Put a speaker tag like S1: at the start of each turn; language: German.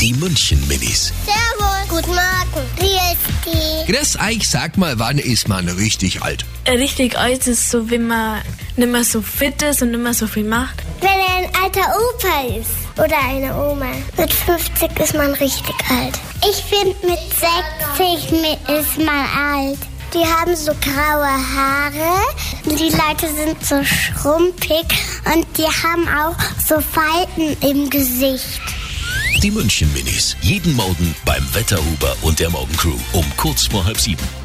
S1: Die München Minis.
S2: Servus. Guten Morgen. Wie ist die?
S1: Chris, ich sag mal, wann ist man richtig alt?
S3: richtig alt ist, so wenn man nicht mehr so fit ist und nicht mehr so viel macht.
S2: Wenn er ein alter Opa ist. Oder eine Oma. Mit 50 ist man richtig alt. Ich finde, mit 60 mi- ist man alt. Die haben so graue Haare. Die Leute sind so schrumpig. Und die haben auch so Falten im Gesicht.
S1: Die München Minis. Jeden Morgen beim Wetterhuber und der Morgencrew um kurz vor halb sieben.